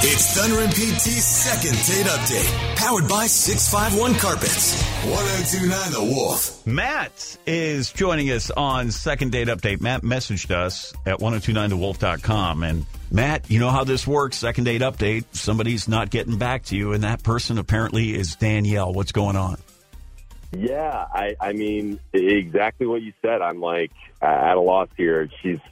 It's Thunder and PT's second date update, powered by 651 Carpets. 1029 The Wolf. Matt is joining us on Second Date Update. Matt messaged us at 1029thewolf.com. And Matt, you know how this works Second Date Update. Somebody's not getting back to you, and that person apparently is Danielle. What's going on? Yeah, I, I mean, e-, exactly what you said. I'm like uh, at a loss here. She's a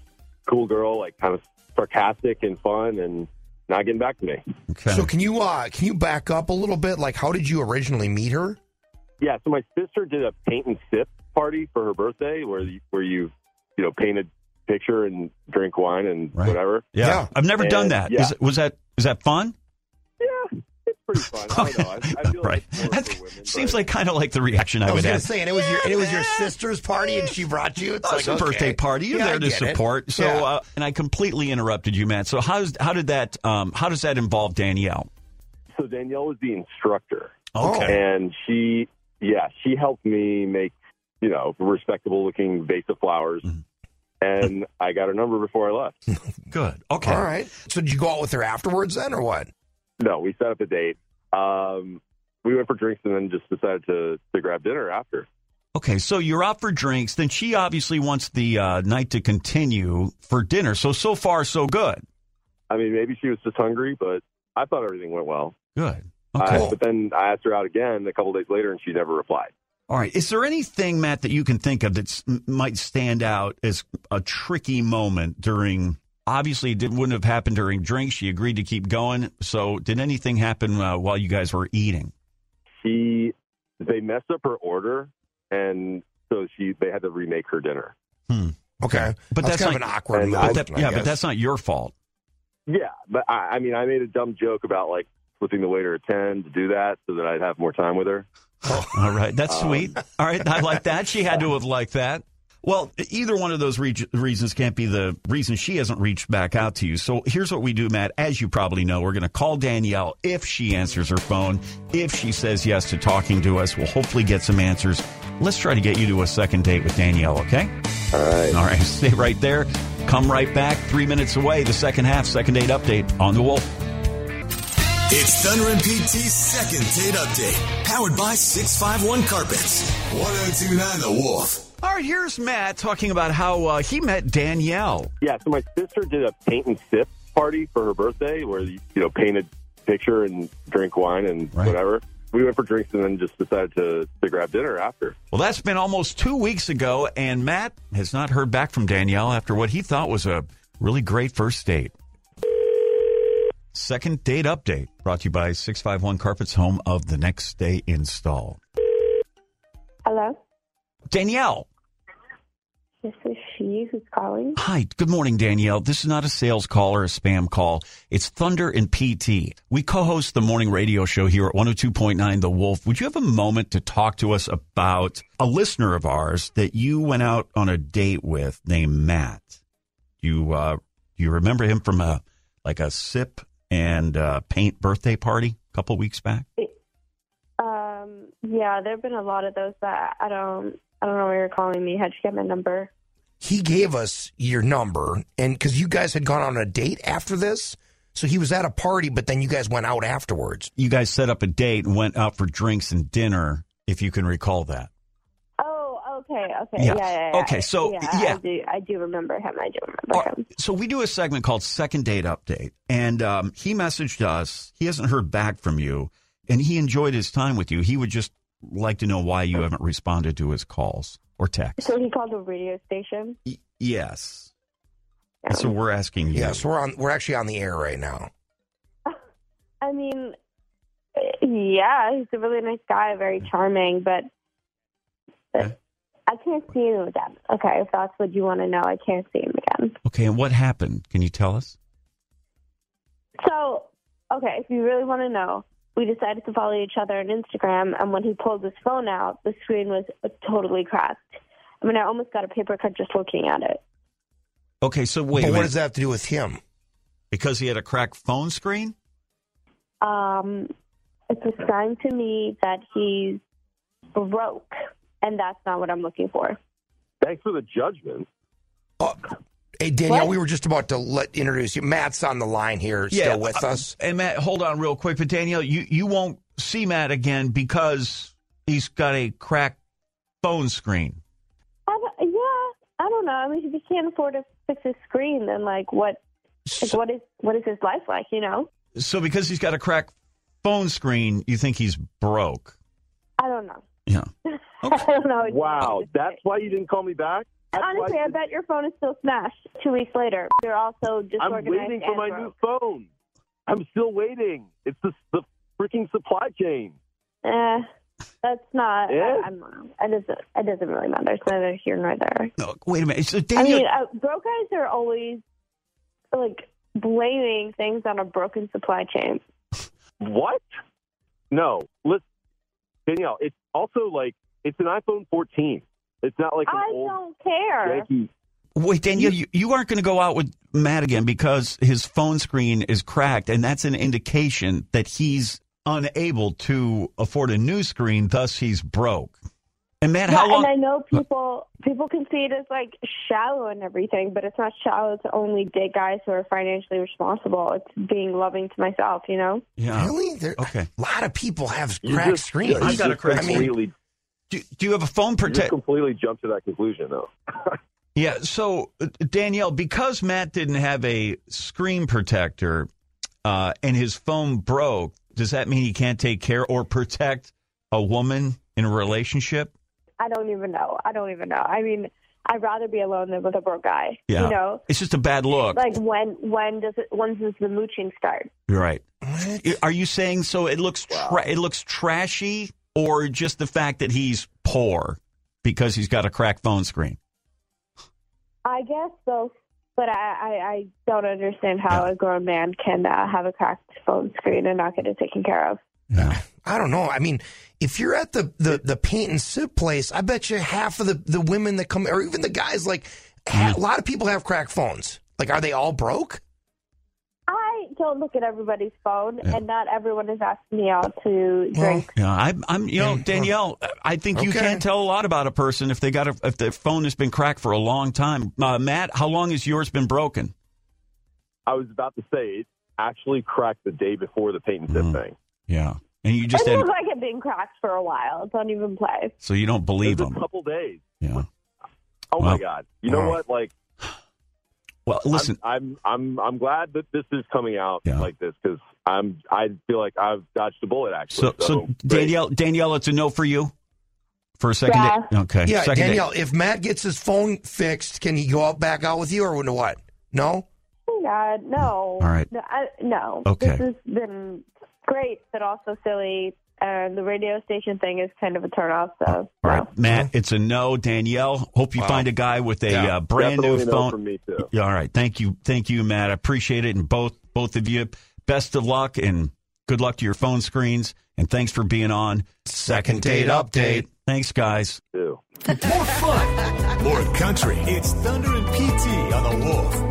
cool girl, like kind of sarcastic and fun, and not getting back to me. Okay. So can you uh, can you back up a little bit? Like, how did you originally meet her? Yeah, so my sister did a paint and sip party for her birthday, where you, where you you know paint a picture and drink wine and Right. whatever. yeah. Yeah. I've never done And- that. yeah. Is- was that is that fun? Yeah, it's pretty fun. I don't know. I, I feel right. like it's more That for women, seems but- like kind of like the reaction I, I was would gonna have. say, and it was your it was your sister's party, and she brought you. It's Oh, it's like a okay. birthday party. You're Yeah, I there to get it. support. So, Yeah. uh, and I completely interrupted you, Matt. So, how's how did that um, how does that involve Danielle? so Danielle was the instructor, Okay. and she yeah she helped me make you know respectable looking vase of flowers, Mhm. and I got her number before I left. Good. Okay. All right. So did you go out with her afterwards then, or what? No, we set up a date. Um, we went for drinks and then just decided to, to grab dinner after. Okay. So you're out for drinks. Then she obviously wants the uh, night to continue for dinner. So so far so good. I mean, maybe she was just hungry, but I thought everything went well. Good. Okay. I, but then I asked her out again a couple days later, and she never replied. All right. Is there anything, Matt, that you can think of that might stand out as a tricky moment during? Obviously, it didn't- wouldn't have happened during drinks. She agreed to keep going. So, did anything happen uh, while you guys were eating? She they messed up her order, and so she they had to remake her dinner. Okay, But that's kind not- of an awkward. And moment, I- But that- I yeah, but guess. that's not your fault. Yeah, but I, I mean, I made a dumb joke about like flipping the waiter a ten to do that so that I'd have more time with her. All right, that's Um, sweet. All right, I like that. She had to have liked that. Well, either one of those re- reasons can't be the reason she hasn't reached back out to you. So here's what we do, Matt. As you probably know, we're going to call Danielle if she answers her phone. If she says yes to talking to us, we'll hopefully get some answers. Let's try to get you to a second date with Danielle, okay? All right. All right, stay right there. Come right back, three minutes away, the second half, second date update on The Wolf. It's Thunder and PT's second date update, powered by 651 Carpets. 1029 The Wolf. All right, here's Matt talking about how uh, he met Danielle. Yeah, so my sister did a paint and sip party for her birthday where you know paint a picture and drink wine and Right. whatever. We went for drinks and then just decided to, to grab dinner after. Well, that's been almost two weeks ago, and Matt has not heard back from Danielle after what he thought was a really great first date. Second date update brought to you by 651 Carpets Home of the Next Day Install. Hello, Danielle. this is she who's calling. Hi, good morning, Danielle. This is not a sales call or a spam call. It's Thunder and PT. We co host the morning radio show here at 102.9 The Wolf. Would you have a moment to talk to us about a listener of ours that you went out on a date with named Matt? You, uh, you remember him from a, like a sip and uh, paint birthday party a couple weeks back? Um, yeah, there have been a lot of those that I don't, I don't know why you're calling me. How'd you get my number? he gave us your number, and because you guys had gone on a date after this, so he was at a party, but then you guys went out afterwards. You guys set up a date and went out for drinks and dinner, if you can recall that. Oh, okay, okay, Yeah. yeah, yeah, yeah. Okay, so, yeah, yeah. I do, I do remember him. I do All remember him. right, So we do a segment called Second Date Update, and um, he messaged us. He hasn't heard back from you, and he enjoyed his time with you. He would just like to know why you haven't responded to his calls or texts. So he called the radio station. Y- yes. Um, So we're asking you. Yeah, so we're on. We're actually on the air right now. I mean, uh, yeah, he's a really nice guy, very charming, but, but Okay. I can't see him again. Okay, if that's what you want to know, I can't see him again. Okay, and what happened? Can you tell us? So, okay, if you really want to know, we decided to follow each other on Instagram, and when he pulled his phone out, the screen was totally cracked. I mean, I almost got a paper cut just looking at it. Okay, so wait, but a what minute. does that have to do with him? because he had a cracked phone screen? Um, it's a sign to me that he's broke, and that's not what I'm looking for. Thanks for the judgment. Oh, hey Danielle, What? we were just about to let introduce you. Matt's on the line here, still with uh, us. And Matt, hold on real quick. But Danielle, you, you won't see Matt again because he's got a cracked phone screen. I don't, yeah, I don't know. I mean, if he can't afford to fix his screen, then like what? Like what is what is his life like? You know? So because he's got a cracked phone screen, you think he's broke? I don't know. Yeah. I don't know. It's- Wow, that's why you didn't call me back. That's why Honestly, I you- bet your phone is still smashed. Two weeks later, you're also I'm disorganized. waiting for and my new broke. phone. I'm still waiting. It's the, the freaking supply chain. Eh? Eh, that's not. Yeah? I, I'm wrong. It doesn't. It doesn't really matter. It's neither here nor there. No, wait a minute. So I Danielle, mean, uh, broke guys are always like blaming things on a broken supply chain. What? No, listen, Danielle. It's also like it's an iPhone 14. It's not like an I old don't care. Yankee. wait, Danielle, you, you aren't going to go out with Matt again because his phone screen is cracked, and that's an indication that he's unable to afford a new screen. Thus, he's broke. And Matt, how yeah, long? and I know people people can see it as like shallow and everything, but it's not shallow to only date guys who are financially responsible. It's being loving to myself, you know. yeah. really? There, Oh. Okay. A lot of people have You cracked just- screens. you I've got a just cracked screen. completely, Do, do you have a phone you just protect? completely jumped to that conclusion, though. Yeah. So uh, Danielle, because Matt didn't have a screen protector uh, and his phone broke, does that mean he can't take care or protect a woman in a relationship? I don't even know. I don't even know. I mean, I'd rather be alone than with a broke guy. Yeah. You know, It's just a bad look. like when when does it when does the mooching start? You're right. What? Are you saying so? It looks tra- it looks trashy, or just the fact that he's poor because he's got a cracked phone screen? I guess so. But I, I, I don't understand how a grown man can uh, have a cracked phone screen and not get it taken care of. Yeah. I don't know. I mean, if you're at the, the, the paint and sip place, I bet you half of the, the women that come, or even the guys, like, ha- Mm. a lot of people have cracked phones. Like, are they all broke? I don't look at everybody's phone, and not everyone is asking me out to drink. Yeah, I'm, I'm, you know, Yeah. Danielle. I think you Okay. can tell a lot about a person if they got a, if their phone has been cracked for a long time. Uh, Matt, how long has yours been broken? I was about to say it actually cracked the day before the paint and Mm, sip thing. Yeah, and you just it had, looks like I've been cracked for a while. Don't even play. so you don't It believe was a him. couple days. Yeah. Oh Wow. my god! You know Wow. what? Like, Well, listen. I'm, I'm I'm I'm glad that this is coming out Yeah. like this because I'm I feel like I've dodged a bullet actually. So, so great. Danielle, Danielle, it's a no for you for a second Yeah. date. Okay, Yeah, second date. Danielle, if Matt gets his phone fixed, can he go out back out with you or what? No? Oh God, no. All right. No, I, no. Okay. This has been great, but also silly. And the radio station thing is kind of a turnoff. So All no. right, Matt, it's a no. Danielle, hope you Wow. find a guy with a Yeah, uh, brand new Definitely no phone. from me too. Yeah, all right. Thank you. Thank you, Matt. I appreciate it. And both both of you, best of luck and good luck to your phone screens. And thanks for being on. Second Date Update. Thanks, guys. too. More fun, more country. It's Thunder and PT on the Wolf.